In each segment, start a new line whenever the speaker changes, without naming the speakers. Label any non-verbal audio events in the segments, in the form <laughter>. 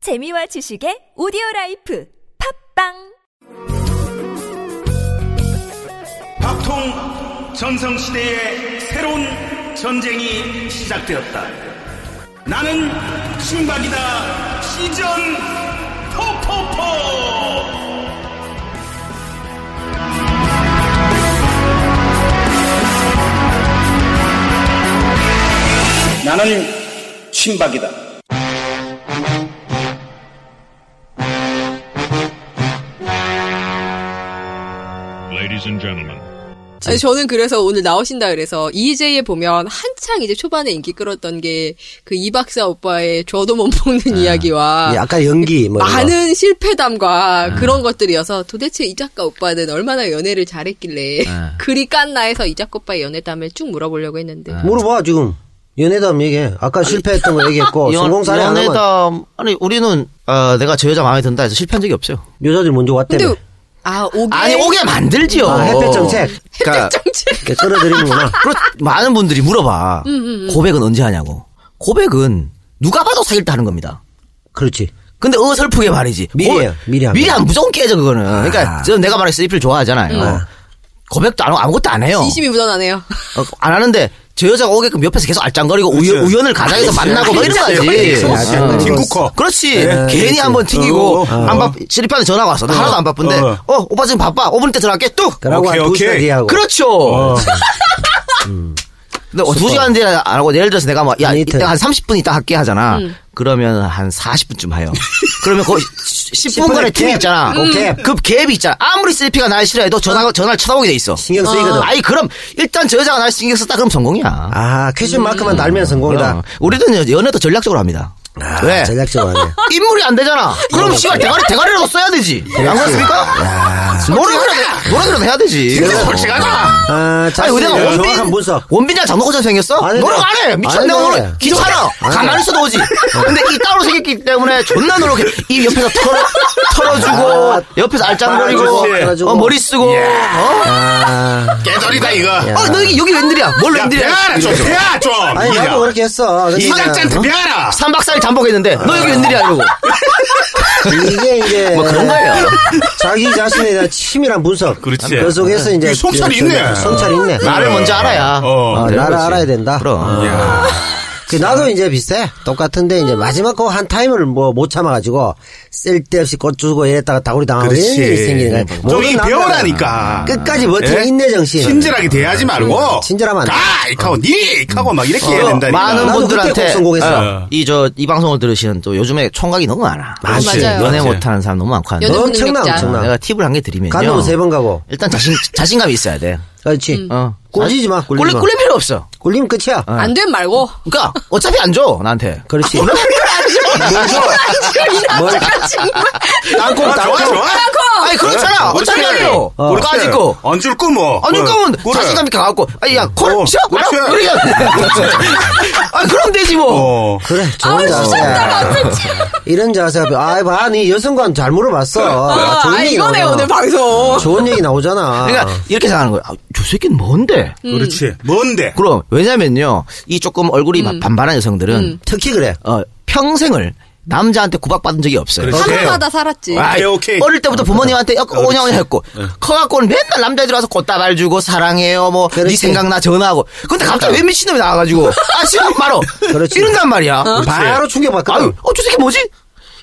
재미와 지식의 오디오 라이프 팝빵
박통 전성시대의 새로운 전쟁이 시작되었다. 나는 신박이다 시즌 포포포 나는 신박이다.
Ladies and gentlemen,
네.
아니, 저는 그래서 오늘 나오신다 그래서 EJ에 보면 한창 이제 초반에 인기 끌었던 게 그 이박사 오빠의 저도 못
네.
먹는 이야기와
예, 아까 연기 뭐 이런 거.
많은 실패담과
네.
그런 것들이어서 도대체 이 작가 오빠는 얼마나 연애를 잘했길래
아.
그리 깐나 해서 이 작가 오빠의 연애담을 쭉 물어보려고 했는데
네.
물어봐 지금 연애담 얘기해. 아까 실패했던 거 얘기했고 성공 어, 사례 하나만
연애담 아니 우리는 아, 내가 저 여자 마음에 든다 해서 실패한 적이 없어요.
여자들 먼저
근데
왔대며.
아 오게
네. 아니 오게 만들지요.
아, 네. 햇볕 정책. 음,
그러니까
이렇게 끌어들이는구나.
그렇- 많은 분들이 물어봐. 고백은 언제 하냐고. 고백은 누가 봐도 사귈 때 하는 겁니다.
그렇지.
근데 어설프게 말이지.
미리예요,
고-
미리 하면.
미리 하면 무조건 깨져 그거는. 그러니까
아.
저는 내가 말해 스리플 좋아하잖아요.
음.
고백도 안 하고 아무것도 안 해요.
이심이 묻어나네요.
어, 안 하는데 저 여자가 오게끔 옆에서 계속 알짱거리고 우연, 우연을 가장해서 만나고 뭐 이런 거지.
알짱거리고.
딩쿠커. 네.
그렇지. 괜히 한번 튕기고
어.
안 바, 실리파는 전화가 왔어. 나 하나도 안 바쁜데.
어.
어, 오빠 지금 바빠. 5분 있다 전화할게. 뚝.
그러고
오케이,
한두
오케이.
시간 뒤하고.
그렇죠.
음.
근데 어, 두 시간 뒤에 안 하고 예를 들어서 내가 뭐, 야,
데이트.
이따 한 30분 있다 할게 하잖아.
음.
그러면 한 40분쯤 해요. 그러면
<laughs>
거의 10분간의 틈이
갭.
있잖아.
음. 갭.
그 갭이 있잖아. 아무리 슬리피가 날 싫어해도 전화, 전화를 쳐다보게 돼 있어.
신경 쓰이거든.
아니, 그럼 일단 저 여자가 날 신경 썼다 그럼 성공이야.
아 퀴즈 마크만 달면
그럼.
성공이다.
우리는 연- 연애도 전략적으로 합니다.
아,
왜?
전략적으로 하네.
인물이 안 되잖아. 그럼 씨발 대가리 대가리라도 써야 되지. 안
아,
그렇습니까? 노력이라도 노력이라도 해야 되지.
그래요.
솔직하잖아.
아, 자,
아니 우리가 원빈
정확한 분석.
원빈이랑 장동건처럼 생겼어?
안 해.
노력 안 해.
안
미쳤네
해.
오늘 귀찮아.
안 해.
가만히 있어도 오지. 근데 이 따로 생겼기 때문에 존나 노력해. 입 옆에서 털어 털어주고
아, 빨아주지. 예.
옆에서
아.
알짱거리고 어, 머리 쓰고 어?
깨절이다 이거.
어, 너 여기 여기 웬일이야? 뭘
야
웬일이야?
아,
배하라 좀 배하 좀.
아니 나도 그렇게 했어. 근데
이작자한테
아,
배하라.
3박 4일 잠복했는데 너 여기 웬일이야 이러고
네. 이게 이제
<laughs> 뭐 그런 거예요.
자기 자신에 대한 치밀한 분석.
그렇지.
그 속에서
네.
이제
이 성찰이 있네.
성찰이 있네.
나를 먼저 알아야 어.
어,
어,
되는
나를
거지.
알아야 된다.
그럼
그 나도 이제 비슷해. 똑같은데 이제 마지막 거 한 타임을 뭐 못 참아가지고 쓸데없이 꽃 주고 이랬다가 다구리 당하고 이런 일이 생기는 거야.
좀
모든
이
남자가
배워라니까.
끝까지 버티는
예?
인내 정신.
친절하게 대하지 말고.
음, 친절하면 안 돼.
가
어.
이카고 니 이카고 막 이렇게 해야 된다.
많은
나도 그때
분들한테
꼭 성공했어.
이 저 이 방송을 들으시는 또 요즘에 총각이 너무 많아.
많지.
맞아요.
연애 못하는 사람 너무 많고 한데
연애
너
못-
엄청나
능력자.
어,
엄청나.
내가 팁을 한 개 드리면요.
간다고 세번 가고.
일단 자신 자신감이 있어야 돼.
그렇지.
음.
어.
꼴리지 마. 꼴리지
꿀릴
마.
꿀릴 필요 없어.
꼴리면 끝이야.
네.
안 된 말고
그러니까 어차피 안 줘 나한테.
그렇지.
뭘
아,
뭐,
땅콩
아, 좋아 좋아.
아니 그렇잖아.
네? 그래.
어차피 안
그렇지.
줘.
그렇지.
까짓고.
안 줄고 뭐.
아니, 그러면
그래.
자신감 있게 갖고, 아니, 야, 콜,
어,
어, 시작!
그렇지.
그래!
<laughs>
그래. 아, 그럼 되지 뭐!
어.
그래, 좋은 자세. 이런 자세가, 아이, 봐, 니 여성관 잘 물어봤어. 좋은
아
얘기
이거네
나오잖아.
오늘 방송
좋은 얘기 나오잖아.
그러니까, 이렇게 생각하는 거야. 아, 저 새끼는 뭔데?
그렇지.
음. 뭔데?
그럼 왜냐면요 이 조금 얼굴이
음.
반반한 여성들은
특히 그래.
어, 평생을 남자한테 구박받은 적이 없어요. 아,
그렇지.
하루마다 살았지.
아,
와, 오케이, 오케이.
어릴 때부터 부모님한테 오냐오냐 했고 커갖고는 맨날 남자애들 와서 꽃다발 주고 사랑해요 뭐 네
그렇지.
생각나 전화하고 근데 갑자기 왜 미친놈이 나와가지고 아 지금 말어
그렇지. 어?
이런단 말이야
바로 충격받거든.
아유 어저 새끼 뭐지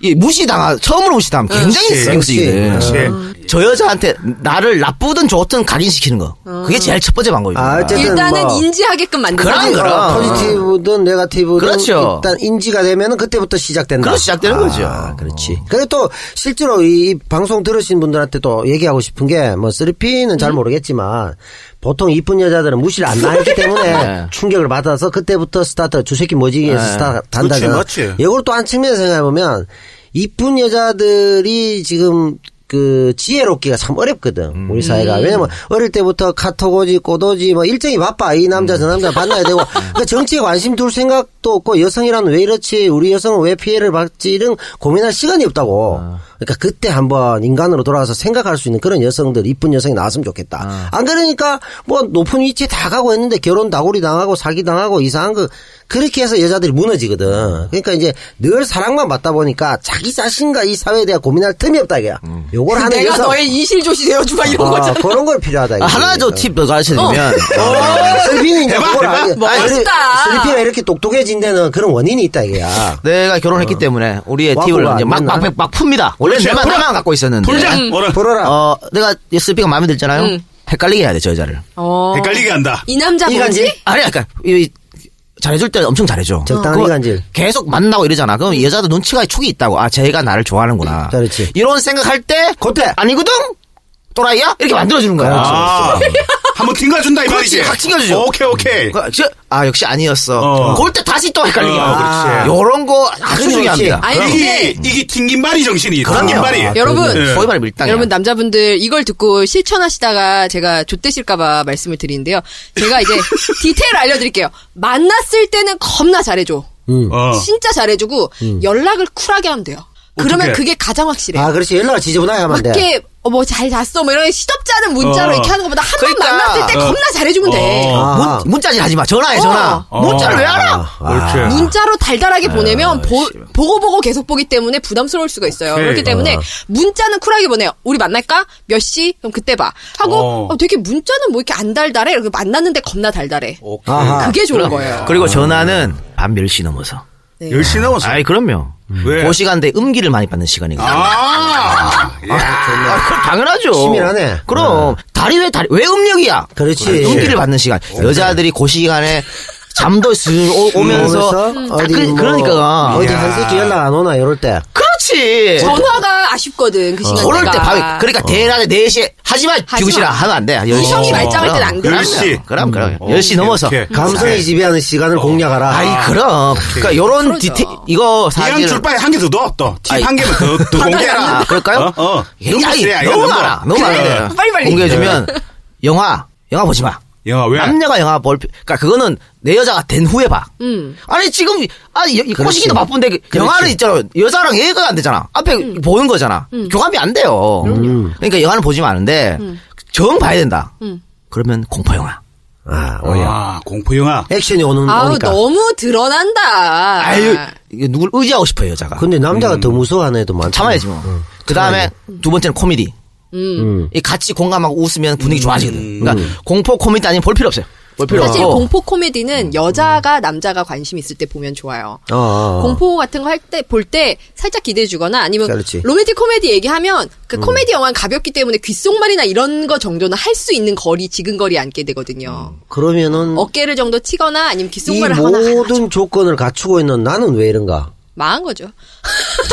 이 무시당하 처음으로 무시당하면 굉장히
그렇지,
신경 쓰이거든
그렇지.
어. 저 여자한테 나를 나쁘든 좋든 각인시키는 거 그게 제일 첫 번째 방법입니다
어. 아, 어쨌든
일단은
뭐.
인지하게끔 만든다.
그런 거라.
어, 포지티브든 네가티브든
그렇죠.
일단 인지가 되면은 그때부터 시작된다.
그럼 시작되는
아,
거죠.
그렇지. 그리고 또 실제로 이 방송 들으신 분들한테 또 얘기하고 싶은 게 뭐 쓰리피는
음.
잘 모르겠지만 보통 이쁜 여자들은 무시를 안 당했기 때문에
네.
충격을 받아서 그때부터 스타트 주새끼 뭐지 해서 스타트 한다잖아.
그치, 맞지.
이걸 또 한 측면에서 생각해보면 이쁜 여자들이 지금 그 지혜롭기가 참 어렵거든 우리 사회가 왜냐면 어릴 때부터 카톡 오지 꼬도지 뭐 일정이 바빠 이 남자 저 남자 만나야 되고 그러니까 정치에 관심 둘 생각도 없고 여성이란 왜 이렇지 우리 여성은 왜 피해를 받지 이런 고민할 시간이 없다고 그러니까 그때 한번 인간으로 돌아와서 생각할 수 있는 그런 여성들 이쁜 여성이 나왔으면 좋겠다 안 그러니까 뭐 높은 위치에 다 가고 했는데 결혼 다구리 당하고 사기 당하고 이상한 거 그렇게 해서 여자들이 무너지거든. 그러니까 이제 늘 사랑만 받다 보니까 자기 자신과 이 사회에 대한 고민할 틈이 없다 이거야.
음.
요걸 하는
내가
여성.
너의 이실조시 되어주마 이런
아,
거잖아.
그런 걸 필요하다. 이거지.
하나 저팁더 가르쳐드리면
어. 슬피는 이제
대박,
그걸
대박.
아니,
멋있다.
슬피가 이렇게 똑똑해진 데는 그런 원인이 있다 이거야.
내가
어.
결혼했기 때문에 우리의
와꾸가
팁을 이제
안
막,
맞나?
막, 막, 막 풉니다. 원래
그렇지,
내만
풀어.
하나 갖고 있었는데.
돌자! 뭐라.
불어라.
어, 내가 SP가 마음에 들잖아요. 헷갈리게 해야 돼, 저 여자를.
어.
헷갈리게 한다.
이 남자
이간질?
뭐지?
아니, 그러니까, 이, 잘해줄 때 엄청 잘해줘.
적당한
그거
이간질.
계속 만나고 이러잖아. 그럼 여자도 눈치가 촉이 있다고. 아, 쟤가 나를
음,
좋아하는구나.
그렇지.
이런 생각할 때,
그때.
아니거든? 또라이야? 이렇게 만들어주는 거야. <laughs>
아, 한번 튕겨준다, 이
그렇지,
말이지.
확 튕겨주죠.
아, 오케이, 오케이.
그, 저- 아, 역시 아니었어.
어.
그럴 때 다시 또 헷갈리게.
어,
아,
그렇지.
요런 거 아주
그렇지.
중요합니다.
아니,
이게, 이게 튕긴 말이 정신이. 튕긴 말이.
아,
여러분,
네.
소위 말해 밀당이야.
여러분 남자분들 이걸 듣고 실천하시다가 제가 좆되실까봐 말씀을 드리는데요. 제가 이제 디테일 알려드릴게요. 만났을 때는 겁나 잘해줘.
어. 음.
진짜 잘해주고 연락을 쿨하게 하면 돼요. 그러면
어떡해?
그게 가장 확실해.
아, 그렇지. 연락을 지저분하게 하면 안 돼.
밖에 뭐잘 잤어 뭐 이런 시덥지 않은 문자로
어.
이렇게 하는 것보다 한 번
그러니까.
만났을 때
어.
겁나 잘해주면 돼.
어.
아,
문, 문자질 하지 마. 전화해, 전화.
어.
문자를 왜
아,
알아? 아,
아,
옳지.
문자로 달달하게 보내면 보, 고 보고 계속 보기 때문에 부담스러울 수가 있어요.
오케이.
그렇기
아.
때문에 문자는 쿨하게 보내요. 우리 만날까? 몇 시? 그럼 그때 봐. 하고
어.
어, 되게 문자는 뭐 이렇게 안 달달해. 이렇게 만났는데 겁나 달달해.
아하.
뭐, 그게 좋은 거예요.
어, 그리고 전화는 밤 10시 넘어서.
열심히 넘어서. 아.
아이, 그럼요.
왜?
그 시간대 음기를 많이 받는 시간이거든요.
아,
아, 그건 당연하죠.
아, 치밀하네.
그럼 다리 왜 다리 왜 음력이야?
그렇지. 어, 네.
음기를 받는 시간. 여자들이 그 시간에 잠도 슬 오, 오면서
음,
딱
어디
그,
뭐,
그러니까
어디 한 새끼 연락 안 오나 이럴 때.
그렇지.
전화가 아쉽거든 그 시간대가.
어. 그럴 때 밤에
어.
그러니까 대낮에 4시에 하지만
하지
주무시라
마.
하면 안 돼.
이성이 말짱할 땐안
그래.
어.
그럼,
열 시.
그럼 그럼. 10시 넘어서.
오케이.
감성이 지배하는 시간을 공략하라.
아이 그럼. 그러니까 요런
그러죠.
디테
이런
이거 사실
줄바에 한 개 더 넣어, 또.
아이.
팁 한 개만 더, 더 공개해라.
아, 그럴까요?
어, 어.
굉장히
눈부시래, 이거
너무
눈부.
많아. 너무 많아.
그래, 빨리빨리.
공개해주면 영화 영화 보지 마.
네. 영화 왜?
남녀가 영화 볼, 필- 그러니까 그거는 내 여자가 된 후에 봐. 아니 지금 아니 여- 이 꼬시기도 바쁜데 그 영화는 있잖아 여자랑 얘기가 안 되잖아. 앞에 보는 거잖아. 교감이 안 돼요. 음. 음. 그러니까 영화는 보지 마는데 정 봐야 된다. 그러면 공포 영화.
아, 오히려.
아, 공포 영화.
액션이 오는,
아우
오니까.
너무 드러난다.
아유 이게 누굴 의지하고 싶어요 여자가.
근데 남자가
음.
더 무서워하는 애도 많다.
참아야지 뭐. 그 다음에 두 번째는 코미디.
음.
이 같이 공감하고 웃으면 분위기 좋아지거든. 그러니까 공포 코미디 아니면 볼 필요 없어요. 볼 필요
사실
없고.
공포
음.
코미디는 여자가 남자가 관심 있을 때 보면 좋아요.
어, 어, 어.
공포 같은 거 할 때 볼 때 살짝 기대해 주거나 아니면
그렇지. 음.
로맨틱 코미디 얘기하면 그 코미디 영화는 가볍기 때문에 귓속말이나 이런 거 정도는 할 수 있는 거리 지근거리 앉게 되거든요.
그러면은
어깨를 정도 치거나 아니면
음. 이
귓속말을 하거나
모든 조건을 갖추고 있는 나는 왜 이런가?
망한 거죠.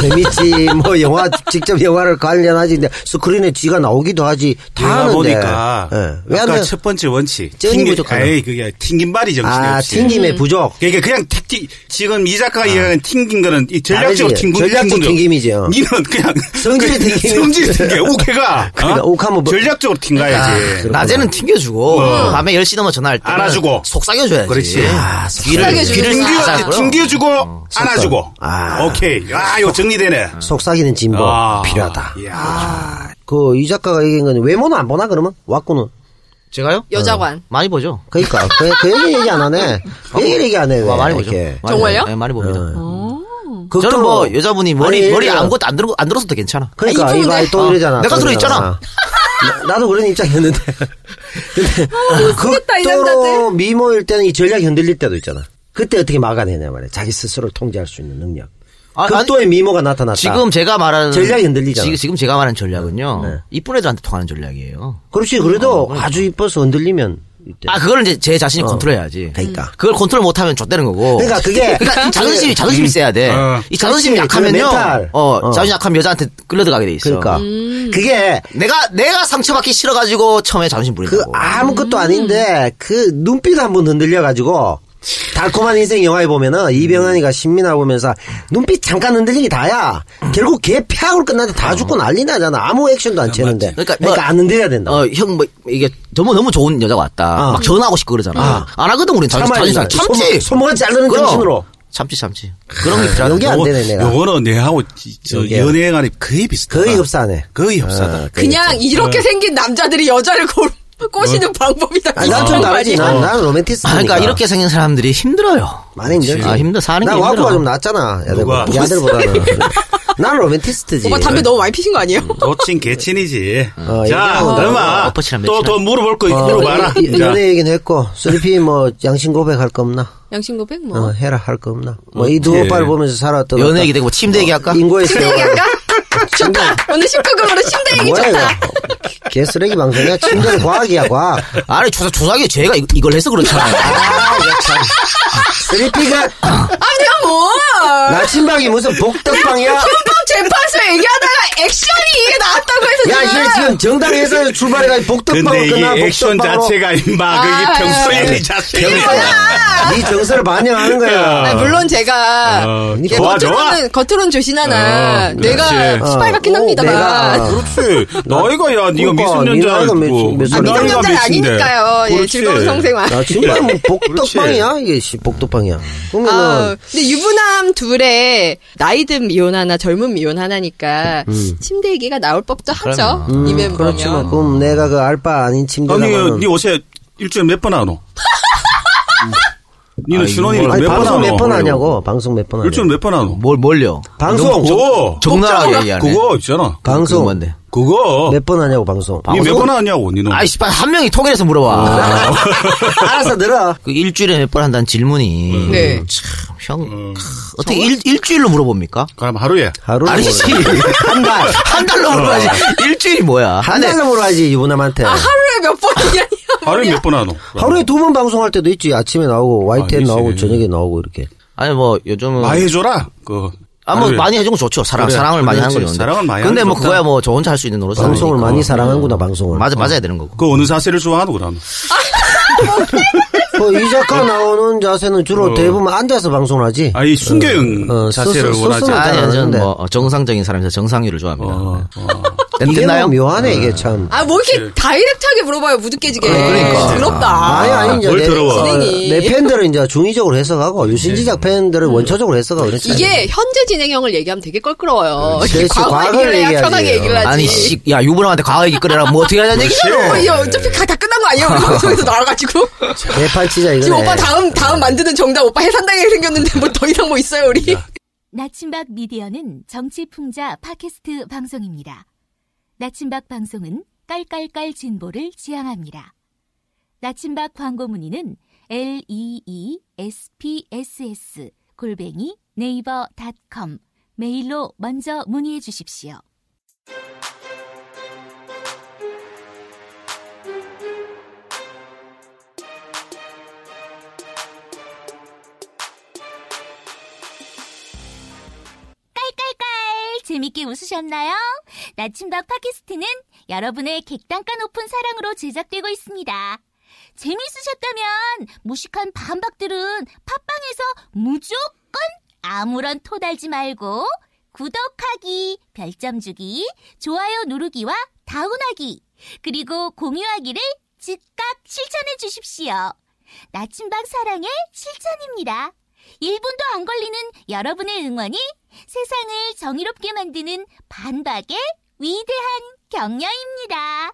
재밌지 <laughs> 뭐 영화 직접 영화를 관련하지 근데 스크린에 쥐가 나오기도 하지 다
다
하는데
보니까
예. 왜
아까
하면
첫 번째 원칙
쩐이
튕기-
부족하다.
에이 그게 튕긴 발이 정신이
아
없이
음.
튕김의 부족
그러니까 그냥 택티 지금 이 작가가 이야기하는 튕긴 거는 이 전략적으로
다르지.
튕긴
전략적 튕김이죠.
니는 그냥
성질이
그냥
튕김.
성질이 튕겨. 우케가
<laughs>
어?
그러니까 욱 한번 보- 아,
전략적으로 튕가야지.
낮에는 튕겨주고 밤에 10시 넘어 전화할 때
안아주고.
속삭여줘야지. 아,
그렇지.
아,
귀를
속삭여주는
귀를
거야.
살짝
튕겨 튕겨주고 안아주고.
어, 아.
오케이. 아 이거 정리되네.
속삭이는 진보
아.
필요하다
예.
이야.
그 이 작가가 얘기한 건 외모는 안 보나 그러면 왁구는
제가요? 어,
여자관.
많이 보죠.
그러니까 그, 그 얘기 얘기 안 하네 그 얘기 얘기 안 해. 왜
어. 와, 많이 보죠.
이렇게.
많이
정말요? 어.
봐요. 네, 많이 봅니다.
그
저는 뭐 여자분이 머리
아니,
머리
얘들아.
아무것도 안 들고 안 들었어도 괜찮아.
그러니까
아,
이거
이쁘네.
아이 또 이러잖아.
어. 내가
또
들어있잖아.
이러잖아. 나- 나도 그런 입장이었는데. <laughs> 근데
아,
쓰겠다, 이
극도로
남자들.
미모일 때는 이 전략이 흔들릴 때도 있잖아. 그때 어떻게 막아내냐 말이야. 자기 스스로를 통제할 수 있는 능력.
아, 아니,
극도의 미모가 나타났다.
지금 제가 말하는
전략이 흔들리잖아.
지- 지금 제가 말하는 전략은요.
네.
이쁜 애들한테 통하는 전략이에요.
그렇지
어,
그래도
그러니까.
아주 이뻐서 흔들리면 이때.
아, 그걸 이제 제 자신이 컨트롤해야지. 음.
그러니까.
그걸 컨트롤 못하면 좆되는 거고.
그러니까 그게-
그러니까 이 자존심이 자존심이 세야 돼.
어.
이 자존심이
그렇지,
약하면요.
그 멘탈.
어,
어.
자존심 약하면 여자한테 끌려들어가게 돼 있어.
그러니까
음.
그게
내가 내가 상처받기 싫어가지고 처음에 자존심
그
부린다고.
아무것도 아닌데 그 눈빛 한 번 흔들려가지고 달콤한 인생 영화에 보면은
음.
이병헌이가 신민아 보면서 눈빛 잠깐 흔들린 게 다야. 결국 걔 폐악으로 끝나는데 다 죽고 난리 나잖아. 아무 액션도 안 채는데.
어. 그러니까
그러니까,
뭐-
안 흔들려야 된다.
어, 형, 뭐, 이게, 너무, 너무 좋은 여자가 왔다.
어.
막 전화하고 싶고 그러잖아. 안 하거든, 우린. 자존심,
참아야
자존심.
된다.
참지!
손목- 손목을 자르는
그럼.
정신으로.
참지, 참지. 아, 그런 게
이런
필요하다.
게 안 되네 내가.
요거는 내하고 이- 저
요게.
아,
아,
연애관이 거의 비슷하다.
거의 흡사하네. 그러니까.
거의 흡사다.
그냥 이렇게 생긴 남자들이 여자를 골 꼬시는 방법이 다
어. 아니, 난좀 다르지. 난, 난 로맨티스트.
아, 그러니까 이렇게 생긴 사람들이 힘들어요.
많이 힘들지.
아, 힘들어. 사는 게
난
힘들어.
와꾸가 좀 낫잖아. 애들,
누가?
야들보다는. 난 로맨티스트지.
오빠 담배 너무 많이 피신 거 아니에요?
음.
노친 개친이지.
어,
자,
얘기하고
그러마
엎어치라
또
며칠아.
더 물어볼 거
어,
물어봐라.
이- 이-
자,
연애 얘기는 했고, 3P 뭐, 양심 고백할 거 없나?
양심고백 뭐.
어, 해라, 할 거 없나? 뭐, 이 두 오빠를 보면서 살았던.
예. 연애
어떤
얘기 되고 뭐 침대 얘기 할까?
인고의 세월.
침대기할까? 좋다. 오늘 19금으로 침대기
뭐야,
좋다.
이거. 개 쓰레기 방송이야. 침대는 과학이야, 과학.
아니, 조사, 조사기 죄가 이- 이걸 해서 그렇잖아요.
3P가,
아니야 뭐.
나침방이 무슨 복덕방이야?
헌법 재판소 얘기하다가 액션이 이게 나왔다고 해서
야,
지금.
이게 지금 정당 회사에서 출발해가지고 복덕방으로
근데
끝나,
이게 액션
복덕방으로.
자체가 임마
아,
그게
아,
평소에 자체가
네 정서를 반영하는
아,
거야.
물론 제가
어,
이게
좋아,
예, 겉으로는 겉으로는 조신하나
어,
뇌가
그렇지.
시뻘겋긴
어,
합니다만 아,
내가.
그렇지. 나이가 야, 네가
그러니까,
미성년자
네 나이가 몇-
있고.
몇
아,
나이가
미성년자
몇인데.
아니니까요. 예,
그렇지.
즐거운 성생활.
나 정말 뭐
<laughs>
복덕방이야 이게 씨 복덕방이야.
아,
그러면은
근데 유부남 둘에 나이든 미혼 하나 젊은 미혼 하나니까 침대 얘기가 나올 법도 하죠. 이 멤버면.
음, 그렇지만 그럼 내가 그 알바 아닌
아니,
침대라면
네 옷에 일주일에 몇 번 하노? 니는 신혼이라
아니
몇번
방송
하노?
몇 번 하냐고 방송 몇 번 하냐.
일주일에 몇 번 하노?
뭘, 뭘요?
방송
그거,
어. 적나라하게 얘기하네.
그거 있잖아.
방송
뭔데?
그거.
몇 번 하냐고 방송.
니 몇 번 하냐고, 니는.
아이, 씨발, 한 명이 통일해서 물어봐.
알아서 들어.
<laughs> 그 일주일에 몇 번 한다는 질문이.
네.
참, 형. 크, 어떻게 일, 일주일로 물어봅니까?
그럼 하루에.
하루 뭐
아니, 한 달. 한 달로 물어봐야지. 일주일이 뭐야.
한
근데
달로 물어야지 유부남한테.
아, 하루에 몇 번이냐?
하루에 몇 번 하노?
하루에 두 번 방송할 때도 있지. 아침에 나오고 YTN
있지.
나오고 저녁에 나오고 이렇게.
아니, 뭐, 요즘은.
많이 해줘라. 그.
아, 뭐,
하루에.
많이 해준 거 좋죠. 사랑,
그래,
사랑을 많이 하는
그렇지.
거죠. 근데.
사랑을 많이
근데
하는
뭐,
거다.
그거야 뭐, 저 혼자 할 수 있는 노릇.
방송을 많이 사랑하는구나 방송을.
그러니까. 맞아, 맞아야 되는 거고.
그 어느 사세를 좋아하노, 그러면.
그 이자카 나오는 자세는 주로 대부분 앉아서 방송을 하지.
아이, 순교형
어,
자세를
스스-
원하지.
스스로
않아.
아니, 저는
잘하는데.
뭐, 어, 정상적인 사람이라서 정상유를 좋아합니다. 네.
어, 어.
됐-
이게
됐나요?
너무 묘하네 이게 참.
아, 뭐 이렇게 다이렉트하게 물어봐요. 무드깨지게.
그러니까.
더럽다.
아니 아니 이제
뭘
내,
더러워.
어,
진행이.
내 팬들은 이제 중의적으로 해석하고 유신지작 팬들은 원초적으로 해석하고 그렇지.
음. 이게 현재 진행형을 얘기하면 되게 껄끄러워요. 이렇게
그렇지,
과거
과거를
얘기를 해야
얘기하지.
편하게 얘기를 하지.
아니, 씨, 야, 유부남한테 과거 얘기 끓여라. 뭐, 어떻게 하자는
어,
얘기잖아.
이거 어차피 가- 다 끝난 거 아니야? 우리 방송에서 나와가지고.
대팔치자 이거네.
지금 오빠 다음, 다음 만드는 정답 오빠 해산당하게 생겼는데 뭐 더 이상 뭐 있어요, 우리?
나침박 미디어는 정치풍자 팟캐스트 방송입니다. 나침박 방송은 깔깔깔 진보를 지향합니다. 나침박 광고 문의는 l e e s p s s 골뱅이 네이버.com 메일로 먼저 문의해 주십시오. 깔깔깔 재밌게 웃으셨나요? 나침박 팟캐스트는 여러분의 객단가 높은 사랑으로 제작되고 있습니다. 재미있으셨다면 무식한 반박들은 팟빵에서 무조건 아무런 토달지 말고 구독하기, 별점 주기, 좋아요 누르기와 다운하기, 그리고 공유하기를 즉각 실천해 주십시오. 나침반 사랑의 실천입니다. 1분도 안 걸리는 여러분의 응원이 세상을 정의롭게 만드는 반박의 위대한 격려입니다.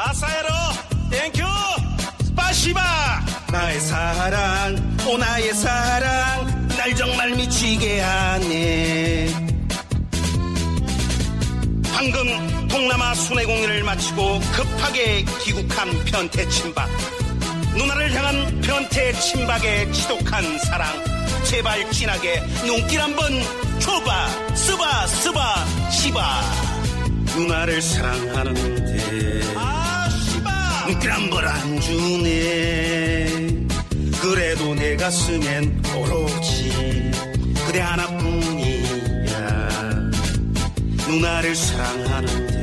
아사히로 땡큐 스파시바 나의 사랑 오 나의 사랑 날 정말 미치게 하네 방금 동남아 순회 공연을 마치고 급하게 귀국한 변태 침박 누나를 향한 변태 침박의 지독한 사랑 제발 진하게 눈길 한번 줘봐 쓰바 쓰바 시바 누나를 사랑하는데 눈길 한번 안 주네 그래도 내 가슴엔 오로지 그대 하나뿐이야 누나를 사랑하는데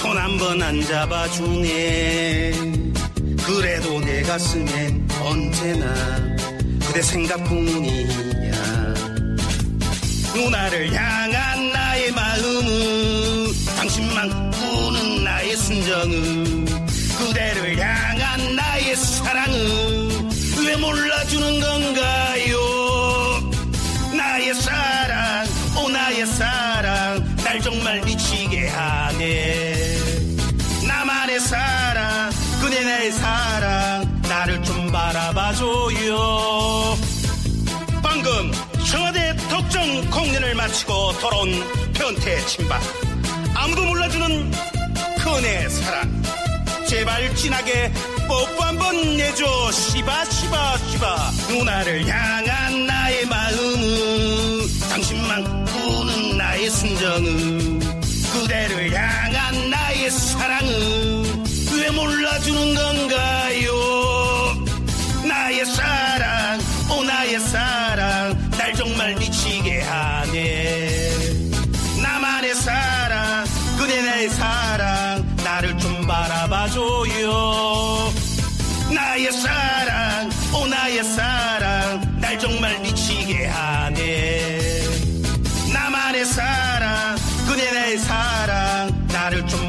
손 한번 안 잡아주네 그래도 내 가슴엔 언제나 그대 생각뿐이야 누나를 향한 나의 마음은 당신만 꾸는 나의 순정은 그대를 향한 나의 사랑은 왜 몰라주는 건가요 나의 사랑 오 나의 사랑 날 정말 미치게 하네 나만 바라봐줘요. 방금 청와대 덕정 공연을 마치고 돌아온 변태 친박. 아무도 몰라주는 그네 사랑. 제발 진하게 뽀뽀 한번 내줘. 시바, 시바, 시바. 누나를 향한 나의 마음은 당신만 꾸는 나의 순정은 그대를 향한 나의 사랑은 왜 몰라주는 건가요? 나의 사랑, 오 나의 사랑, 날 정말 미치게 하네. 나만의 사랑, 그대 나의 사랑, 나를 좀 바라봐줘요. 나의 사랑, 오 나의 사랑, 날 정말 미치게 하네. 나만의 사랑, 그대 나의 사랑, 나를 좀